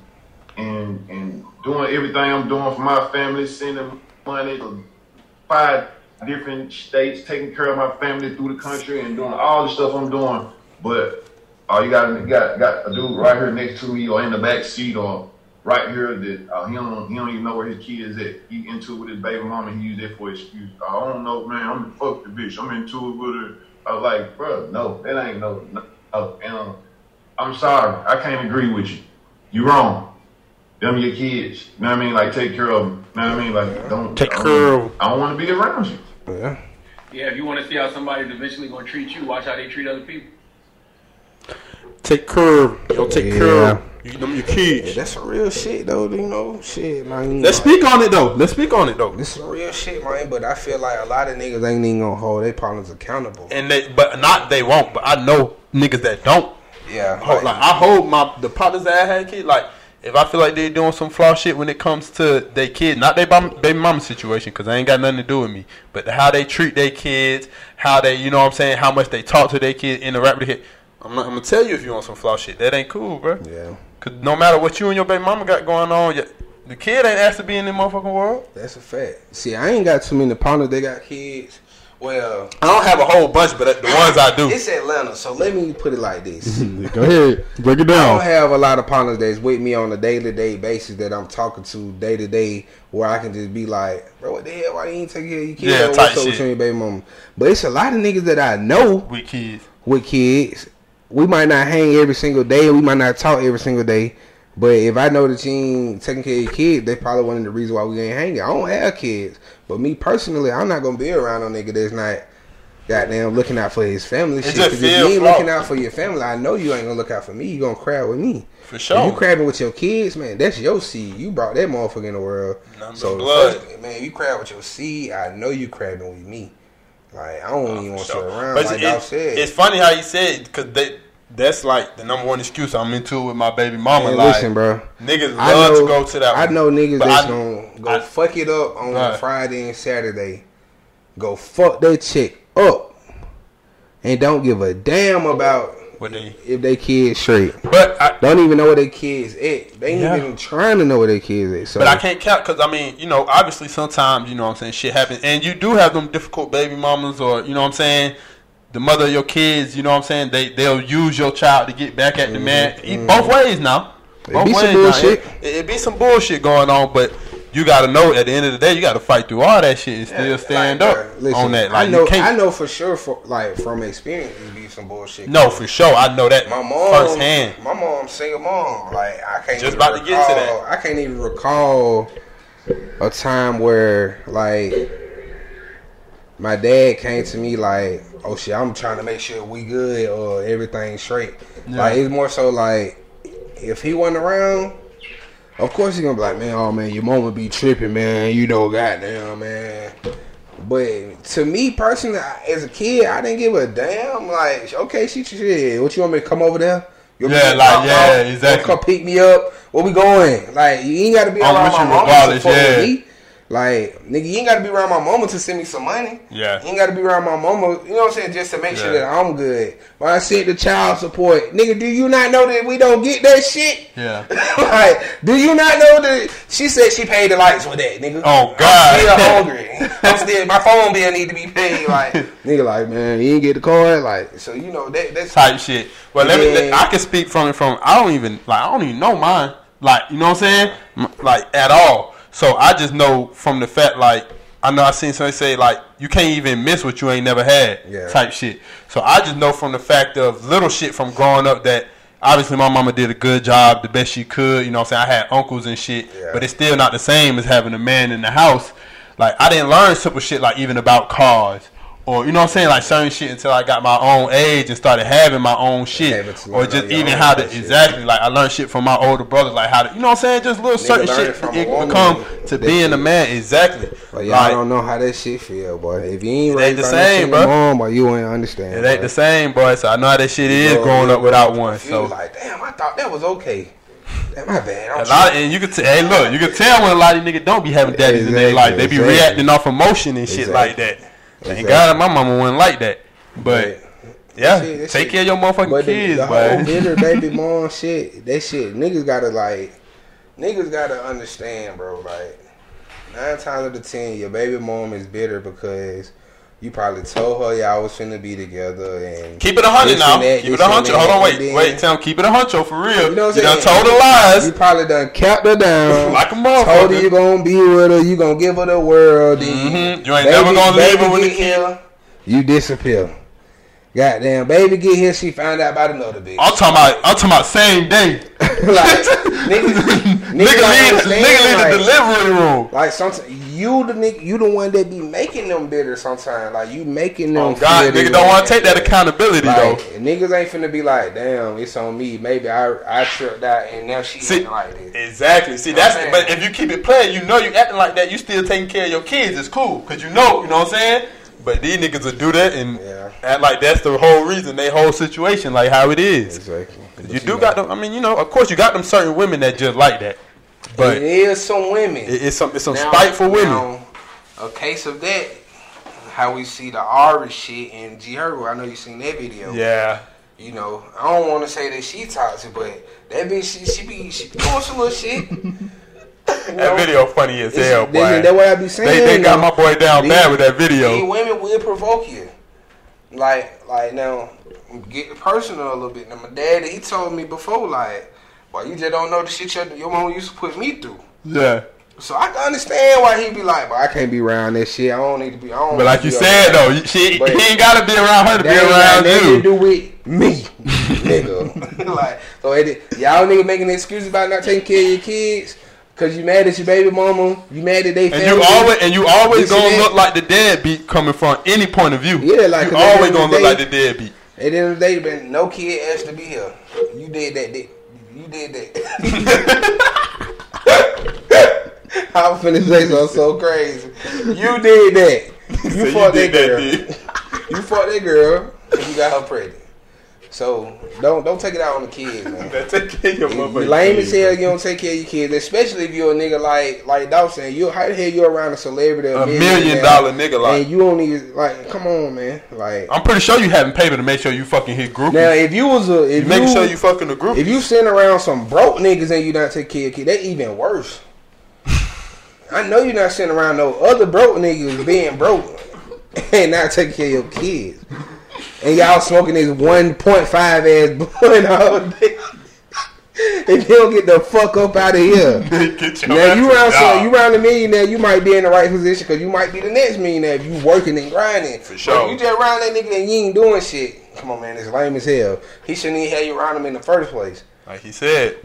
[SPEAKER 3] and and doing everything I'm doing for my family, sending money to five different states, taking care of my family through the country, and doing all the stuff I'm doing. But oh, you got got got a dude right here next to me, or in the back seat, or right here that uh, he don't he don't even know where his kid is at. He into it with his baby mama. He used that for excuse. I don't know, man. I'm fuck the bitch. I'm into it with her. I was like, bro, no, that ain't no. no, no. And, um, I'm sorry, I can't agree with you. You wrong. Them your kids. You know what I mean? Like take care of them. You know what I mean? Like don't
[SPEAKER 1] Take
[SPEAKER 3] I don't-
[SPEAKER 1] care of 'em.
[SPEAKER 3] I don't want to be around you.
[SPEAKER 2] Yeah.
[SPEAKER 4] Yeah, if you want to see how somebody's eventually going to treat you, watch how they treat other people.
[SPEAKER 1] Take curve. Yo, take
[SPEAKER 2] Yeah.
[SPEAKER 1] curve. You, them your
[SPEAKER 2] Yeah,
[SPEAKER 1] kids.
[SPEAKER 2] that's some real shit though. You know, shit, man.
[SPEAKER 1] Let's speak on it though. Let's speak on it though.
[SPEAKER 2] This is real shit, man. But I feel like a lot of niggas ain't even gonna hold their partners accountable.
[SPEAKER 1] And they, but not they won't. But I know niggas that don't.
[SPEAKER 2] Yeah,
[SPEAKER 1] Hold- Like I hold my the partners that I had kid. Like if I feel like they're doing some flaw shit when it comes to their kid, not their bum- baby mama situation, because they ain't got nothing to do with me. But how they treat their kids, how they, you know what I'm saying, how much they talk to their kid, interact with their kid. I'm, not, I'm gonna tell you if you want some flaw shit. That ain't cool, bro.
[SPEAKER 2] yeah,
[SPEAKER 1] Cause no matter what you and your baby mama got going on, your- the kid ain't asked to be in the motherfucking world.
[SPEAKER 2] that's a fact. See, I ain't got too many partners. They got kids. Well,
[SPEAKER 1] I don't have a whole bunch, but the ones I do,
[SPEAKER 2] it's Atlanta, so let me put it like this.
[SPEAKER 5] Go ahead, break it
[SPEAKER 2] I don't
[SPEAKER 5] down.
[SPEAKER 2] have a lot of partners that's with me on a day to day basis that I'm talking to day to day, where I can just be like, bro, what the hell? Why you ain't taking care of your kids?
[SPEAKER 1] Yeah,
[SPEAKER 2] Or
[SPEAKER 1] type
[SPEAKER 2] What's up with
[SPEAKER 1] shit.
[SPEAKER 2] you and your baby mama? But it's a lot of niggas that I know
[SPEAKER 1] with kids.
[SPEAKER 2] with kids. We might not hang every single day. We might not talk every single day. But if I know that you ain't taking care of your kids, they probably one of the reasons why we ain't hanging. I don't have kids. But me personally, I'm not going to be around no nigga that's not goddamn looking out for his family. shit.
[SPEAKER 1] just
[SPEAKER 2] 'Cause if you
[SPEAKER 1] feels
[SPEAKER 2] ain't
[SPEAKER 1] wrong.
[SPEAKER 2] looking out for your family, I know you ain't going to look out for me. you going to crowd with me.
[SPEAKER 1] For
[SPEAKER 2] If
[SPEAKER 1] sure.
[SPEAKER 2] you crabbing with your kids, man, that's your seed. You brought that motherfucker in the world.
[SPEAKER 1] Nothing
[SPEAKER 2] so
[SPEAKER 1] but
[SPEAKER 2] the
[SPEAKER 1] blood.
[SPEAKER 2] first- man, you crab with your seed. I know you crabbing with me. Like I don't even want
[SPEAKER 1] So,
[SPEAKER 2] you around.
[SPEAKER 1] Oh, but
[SPEAKER 2] like
[SPEAKER 1] it-
[SPEAKER 2] I said,
[SPEAKER 1] it's funny how you said because they that's like the number one excuse. I'm into it with my baby mama.
[SPEAKER 2] Man,
[SPEAKER 1] like
[SPEAKER 2] listen, bro.
[SPEAKER 1] niggas
[SPEAKER 2] I
[SPEAKER 1] love
[SPEAKER 2] know,
[SPEAKER 1] to go to that.
[SPEAKER 2] I
[SPEAKER 1] one.
[SPEAKER 2] know niggas
[SPEAKER 1] But
[SPEAKER 2] that's
[SPEAKER 1] I-
[SPEAKER 2] gonna go
[SPEAKER 1] I-
[SPEAKER 2] fuck it up on
[SPEAKER 1] Right.
[SPEAKER 2] Friday and Saturday. Go fuck that chick up, and don't give a damn about
[SPEAKER 1] What they-
[SPEAKER 2] if they kids straight.
[SPEAKER 1] but I,
[SPEAKER 2] Don't even know where their kids at. They ain't
[SPEAKER 1] Yeah.
[SPEAKER 2] even trying to know where their kids at. So
[SPEAKER 1] but I can't count because I mean you know obviously sometimes you know what I'm saying shit happens and you do have them difficult baby mamas or you know what I'm saying. The mother of your kids, you know what I'm saying? They they'll use your child to get back at the man. E- Both ways now. Both
[SPEAKER 2] Mm-hmm. be some
[SPEAKER 1] ways now.
[SPEAKER 2] bullshit.
[SPEAKER 1] It, it be some bullshit going on, but you got to know at the end of the day, you got to fight through all that shit and still stand
[SPEAKER 2] Like,
[SPEAKER 1] up
[SPEAKER 2] bruh, listen,
[SPEAKER 1] on that.
[SPEAKER 2] I
[SPEAKER 1] Like
[SPEAKER 2] know,
[SPEAKER 1] you can't.
[SPEAKER 2] I know for sure, for like from experience, it be some bullshit.
[SPEAKER 1] No, for sure, I know that
[SPEAKER 2] my mom,
[SPEAKER 1] firsthand.
[SPEAKER 2] my mom, single mom. Like I can't
[SPEAKER 1] Just
[SPEAKER 2] even
[SPEAKER 1] about to get to
[SPEAKER 2] recall- I can't even recall a time where like my dad came to me like, "Oh shit, I'm trying to make sure we good or everything straight." Like it's more so like if he wasn't around. Of course he gonna be like, man, oh man, your mama be tripping, man. You know, goddamn, man. But to me personally, I- as a kid, I didn't give a damn. Like, okay, she shit. What you want me to come over there? You want me
[SPEAKER 1] Yeah,
[SPEAKER 2] to
[SPEAKER 1] like,
[SPEAKER 2] pop
[SPEAKER 1] yeah,
[SPEAKER 2] out? You wanna
[SPEAKER 1] exactly.
[SPEAKER 2] Come pick me up. Where we going? Like, you ain't got to be
[SPEAKER 1] I'm
[SPEAKER 2] around
[SPEAKER 1] with
[SPEAKER 2] my
[SPEAKER 1] you
[SPEAKER 2] mama to
[SPEAKER 1] regardless,
[SPEAKER 2] fuck with
[SPEAKER 1] yeah.
[SPEAKER 2] me. Like, nigga, you ain't got to be around my mama to send me some money.
[SPEAKER 1] Yeah.
[SPEAKER 2] You ain't got to be around my mama. You know what I'm saying? Just to make sure
[SPEAKER 1] Yeah.
[SPEAKER 2] that I'm good. When I sent the child support, nigga, do you not know that we don't get that shit?
[SPEAKER 1] Yeah.
[SPEAKER 2] like, do you not know that she said she paid the lights with that, nigga?
[SPEAKER 1] Oh, God.
[SPEAKER 2] I'm still hungry. I'm still my phone bill need to be paid. Like nigga, like man, you ain't get the card. Like so, you know that that's
[SPEAKER 1] type shit. But let me,
[SPEAKER 2] Yeah.
[SPEAKER 1] I can speak from it from I don't even like I don't even know mine. Like you know what I'm saying? M- Like at all. So I just know from the fact like I know I seen somebody say like you can't even miss what you ain't never had
[SPEAKER 2] Yeah.
[SPEAKER 1] type shit. So I just know from the fact of little shit from growing up that obviously my mama did a good job, the best she could. You know what I'm saying? I had uncles and shit,
[SPEAKER 2] Yeah.
[SPEAKER 1] but it's still not the same as having a man in the house. Like I didn't learn simple shit like even about cars or you know what I'm saying, like certain shit until I got my own age and started having my own shit,
[SPEAKER 2] Habits,
[SPEAKER 1] or
[SPEAKER 2] learn
[SPEAKER 1] just
[SPEAKER 2] on your
[SPEAKER 1] even
[SPEAKER 2] own
[SPEAKER 1] how to
[SPEAKER 2] and shit.
[SPEAKER 1] exactly like I learned shit from my older brothers, like how to you know what I'm saying, just little certain
[SPEAKER 2] learn
[SPEAKER 1] shit
[SPEAKER 2] it from a
[SPEAKER 1] it
[SPEAKER 2] woman.
[SPEAKER 1] become to
[SPEAKER 2] That
[SPEAKER 1] being a
[SPEAKER 2] shit.
[SPEAKER 1] man exactly.
[SPEAKER 2] But y'all
[SPEAKER 1] like,
[SPEAKER 2] don't know how that shit feel, boy. If you ain't
[SPEAKER 1] It ain't
[SPEAKER 2] raised
[SPEAKER 1] the
[SPEAKER 2] by no
[SPEAKER 1] same,
[SPEAKER 2] single
[SPEAKER 1] bruh.
[SPEAKER 2] mom, boy, you ain't understand.
[SPEAKER 1] it ain't
[SPEAKER 2] boy.
[SPEAKER 1] the same, boy. So I know how that shit is
[SPEAKER 2] Bro,
[SPEAKER 1] growing
[SPEAKER 2] you
[SPEAKER 1] up without
[SPEAKER 2] know,
[SPEAKER 1] one.
[SPEAKER 2] you
[SPEAKER 1] So
[SPEAKER 2] like, damn, I thought that was okay. Damn, my bad. I'm
[SPEAKER 1] A lot, of, and you can tell. Hey, look, you can tell when a lot of these niggas don't be having daddies in their life.
[SPEAKER 2] Exactly,
[SPEAKER 1] They be
[SPEAKER 2] exactly.
[SPEAKER 1] reacting off emotion and shit like that. Thank God, my mama wasn't like that. But yeah,
[SPEAKER 2] Shit, that
[SPEAKER 1] take
[SPEAKER 2] shit-
[SPEAKER 1] care of your motherfucking
[SPEAKER 2] But the,
[SPEAKER 1] kids,
[SPEAKER 2] the
[SPEAKER 1] boy.
[SPEAKER 2] whole bitter baby mom shit, that shit, niggas gotta like, niggas gotta understand, bro. Like nine times out of ten, your baby mom is bitter because you probably told her y'all was finna be together and
[SPEAKER 1] Keep it a hundred
[SPEAKER 2] this
[SPEAKER 1] now.
[SPEAKER 2] and that,
[SPEAKER 1] keep it
[SPEAKER 2] this
[SPEAKER 1] a
[SPEAKER 2] and
[SPEAKER 1] hundred.
[SPEAKER 2] that,
[SPEAKER 1] Hold on,
[SPEAKER 2] and
[SPEAKER 1] wait,
[SPEAKER 2] then-
[SPEAKER 1] wait. Tell him keep it a huncho for real.
[SPEAKER 2] You know what I'm
[SPEAKER 1] you done
[SPEAKER 2] saying?
[SPEAKER 1] told the
[SPEAKER 2] You
[SPEAKER 1] lies.
[SPEAKER 2] probably done capped her down
[SPEAKER 1] Like a
[SPEAKER 2] Told
[SPEAKER 1] motherfucker.
[SPEAKER 2] her you gonna be with her, you gonna give her the world. then
[SPEAKER 1] Mhm. You ain't never gonna leave her when
[SPEAKER 2] get
[SPEAKER 1] the kid-
[SPEAKER 2] here, You disappear. Goddamn, baby, get here. She found out about another bitch.
[SPEAKER 1] I'm talking about. I'm talking about same day.
[SPEAKER 2] like niggas,
[SPEAKER 1] Nigga
[SPEAKER 2] niggas
[SPEAKER 1] leave.
[SPEAKER 2] don't
[SPEAKER 1] Nigga
[SPEAKER 2] understand,
[SPEAKER 1] leave the
[SPEAKER 2] like,
[SPEAKER 1] delivery room.
[SPEAKER 2] like sometimes you the nigga, you the one that be making them bitter. Sometimes like you making them.
[SPEAKER 1] Oh God,
[SPEAKER 2] feel
[SPEAKER 1] nigga don't
[SPEAKER 2] way.
[SPEAKER 1] want to take that accountability though.
[SPEAKER 2] Like, niggas ain't finna be like, damn, it's on me. Maybe I I tripped out and now she
[SPEAKER 1] See,
[SPEAKER 2] acting like this.
[SPEAKER 1] exactly. See,
[SPEAKER 2] know
[SPEAKER 1] that's
[SPEAKER 2] what I'm
[SPEAKER 1] but
[SPEAKER 2] saying?
[SPEAKER 1] if you keep it playing, you know you acting like that. You still taking care of your kids. It's cool because you know, you know what I'm saying. But these niggas will do that and
[SPEAKER 2] Yeah.
[SPEAKER 1] act like that's the whole reason, they whole situation, like how it is.
[SPEAKER 2] Exactly.
[SPEAKER 1] You do got them. I mean, you know, of course you got them certain women that just like that, but
[SPEAKER 2] it
[SPEAKER 1] it,
[SPEAKER 2] is some women.
[SPEAKER 1] it's some it's some
[SPEAKER 2] Now-
[SPEAKER 1] spiteful women.
[SPEAKER 2] now, a case of that, how we see the Ari shit and G Herbo. I know you seen that video.
[SPEAKER 1] yeah,
[SPEAKER 2] You know, I don't want to say that she toxic, but that bitch, she, she be she be doing some little shit. You know?
[SPEAKER 1] that video funny as
[SPEAKER 2] It's-
[SPEAKER 1] hell,
[SPEAKER 2] that-
[SPEAKER 1] boy. They,
[SPEAKER 2] that what I be saying.
[SPEAKER 1] they, got
[SPEAKER 2] though.
[SPEAKER 1] my boy down
[SPEAKER 2] These-
[SPEAKER 1] bad with that video.
[SPEAKER 2] These women will provoke you. Like, like now, get personal a little bit. Now, my dad, he told me before, like, well, you just don't know the shit your, your mom used to put me through.
[SPEAKER 1] yeah,
[SPEAKER 2] So I can understand why he be like, but I can't be around that shit. I don't need to be on.
[SPEAKER 1] but like you said though, you- she
[SPEAKER 2] But-
[SPEAKER 1] he ain't gotta be around her to be
[SPEAKER 2] that ain't got
[SPEAKER 1] around
[SPEAKER 2] nothing to
[SPEAKER 1] you.
[SPEAKER 2] do with me, nigga. like, so it, y'all nigga making excuses about not taking care of your kids because you mad at your baby mama, you mad at they
[SPEAKER 1] And
[SPEAKER 2] family.
[SPEAKER 1] you always and you always
[SPEAKER 2] This and
[SPEAKER 1] gonna
[SPEAKER 2] that.
[SPEAKER 1] look like the deadbeat coming from any point of view.
[SPEAKER 2] Yeah, like,
[SPEAKER 1] you
[SPEAKER 2] 'cause at the
[SPEAKER 1] always
[SPEAKER 2] end of
[SPEAKER 1] gonna
[SPEAKER 2] the
[SPEAKER 1] look like
[SPEAKER 2] day-
[SPEAKER 1] the deadbeat.
[SPEAKER 2] At the end of the day, man, no kid asked to be here. You did that. Did, you did that. I'm finna say something so crazy. You did that. You
[SPEAKER 1] So you
[SPEAKER 2] fought
[SPEAKER 1] did
[SPEAKER 2] that
[SPEAKER 1] that,
[SPEAKER 2] girl.
[SPEAKER 1] did.
[SPEAKER 2] you fought that girl, and you got her pregnant. So don't don't take it out on the kids, man.
[SPEAKER 1] Take care of your
[SPEAKER 2] You
[SPEAKER 1] motherfucking
[SPEAKER 2] lame as
[SPEAKER 1] kids,
[SPEAKER 2] hell.
[SPEAKER 1] bro.
[SPEAKER 2] You don't take care of your kids, especially if you're a nigga like like Dawson. You how the hell you around a celebrity,
[SPEAKER 1] A million dollar nigga, like-
[SPEAKER 2] and you don't even like. Come on, man. Like
[SPEAKER 1] I'm pretty sure you haven't paid her to make sure you fucking hit group.
[SPEAKER 2] now, if you was a if
[SPEAKER 1] you make sure you fucking the group.
[SPEAKER 2] if you sitting around some broke niggas and you not take care of kids, they even worse. I know you're not sitting around no other broke niggas being broke and not taking care of your kids. And y'all smoking this 1.5 ass blunt all day. if you don't get the fuck up out of here.
[SPEAKER 1] Get your
[SPEAKER 2] Now
[SPEAKER 1] ass
[SPEAKER 2] you
[SPEAKER 1] a
[SPEAKER 2] round so
[SPEAKER 1] job.
[SPEAKER 2] you round a millionaire, you might be in the right position because you might be the next millionaire if you working and grinding. For
[SPEAKER 1] sure.
[SPEAKER 2] you just round that nigga and you ain't doing shit. Come on, man, it's lame as hell. He shouldn't even have you around him in the first place.
[SPEAKER 1] Like he said.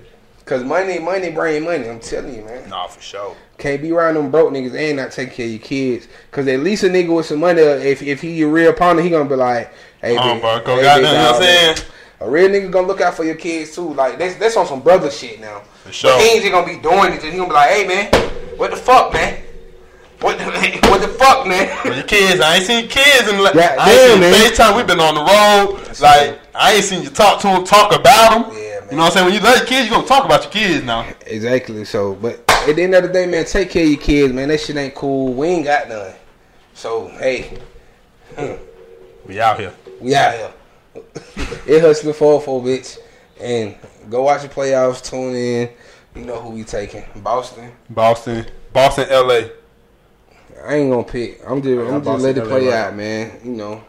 [SPEAKER 2] Cause money, money bring money. I'm telling you, man.
[SPEAKER 1] Nah, for sure.
[SPEAKER 2] Can't be around them broke niggas and not take care of your kids. Cause at least a nigga with some money, if if he your real partner, he gonna be like, hey,
[SPEAKER 1] Um,
[SPEAKER 2] big-
[SPEAKER 1] bro, go
[SPEAKER 2] hey,
[SPEAKER 1] goddamn,
[SPEAKER 2] big
[SPEAKER 1] you know what I'm
[SPEAKER 2] dog,
[SPEAKER 1] saying?
[SPEAKER 2] a real nigga gonna look out for your kids too. Like that's that's on some brother shit now.
[SPEAKER 1] For sure.
[SPEAKER 2] But He ain't just gonna be doing it. Just he gonna be like, hey man, what the fuck, man? What the what the fuck,
[SPEAKER 1] But
[SPEAKER 2] man?
[SPEAKER 1] your kids, I ain't seen kids in like,
[SPEAKER 2] Yeah,
[SPEAKER 1] I ain't
[SPEAKER 2] damn,
[SPEAKER 1] seen
[SPEAKER 2] man.
[SPEAKER 1] FaceTime. We've been on the road. Like, I ain't seen you talk to them, talk about them.
[SPEAKER 2] Yeah, man.
[SPEAKER 1] You know what I'm saying? When you love your kids, you gonna talk about your kids now.
[SPEAKER 2] exactly. So, but at the end of the day, man, take care of your kids, man. That shit ain't cool. We ain't got none. So hey,
[SPEAKER 1] We out here.
[SPEAKER 2] we out here. it hustling four four bitch, and go watch the playoffs. Tune in. You know who we taking? Boston.
[SPEAKER 1] Boston, Boston, LA.
[SPEAKER 2] I ain't gonna pick. I'm just
[SPEAKER 1] got
[SPEAKER 2] I'm
[SPEAKER 1] Boston
[SPEAKER 2] just let it
[SPEAKER 1] LA
[SPEAKER 2] play
[SPEAKER 1] right.
[SPEAKER 2] out, man. You know.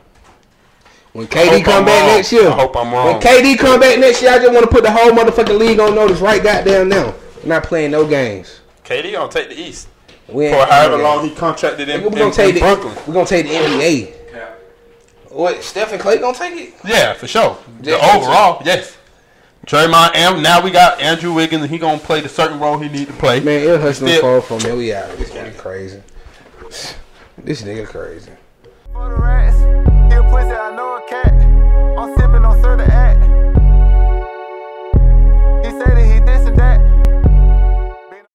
[SPEAKER 2] When
[SPEAKER 1] hope
[SPEAKER 2] KD
[SPEAKER 1] I'm
[SPEAKER 2] come back
[SPEAKER 1] wrong.
[SPEAKER 2] next year,
[SPEAKER 1] I hope I'm wrong.
[SPEAKER 2] When KD come back next year, I just want to put the whole motherfucking league on notice right goddamn now. We're not playing no games.
[SPEAKER 1] KD gonna take the East
[SPEAKER 2] We ain't
[SPEAKER 1] for however
[SPEAKER 2] playing no
[SPEAKER 1] long
[SPEAKER 2] games.
[SPEAKER 1] he contracted in,
[SPEAKER 2] We're
[SPEAKER 1] in-
[SPEAKER 2] gonna take
[SPEAKER 1] in Brooklyn.
[SPEAKER 2] the, We're gonna take the NBA.
[SPEAKER 4] Yeah.
[SPEAKER 2] What Steph and Clay gonna take it?
[SPEAKER 1] Yeah, for sure. The
[SPEAKER 2] Yeah, for
[SPEAKER 1] overall, yes. Draymond, and now we got Andrew Wiggins, and he gonna play the certain role he need to play.
[SPEAKER 2] Man, it hustling
[SPEAKER 1] Still-
[SPEAKER 2] fall for me. We out. This nigga crazy. This nigga crazy.
[SPEAKER 5] For the rats, you pussy, I know a cat.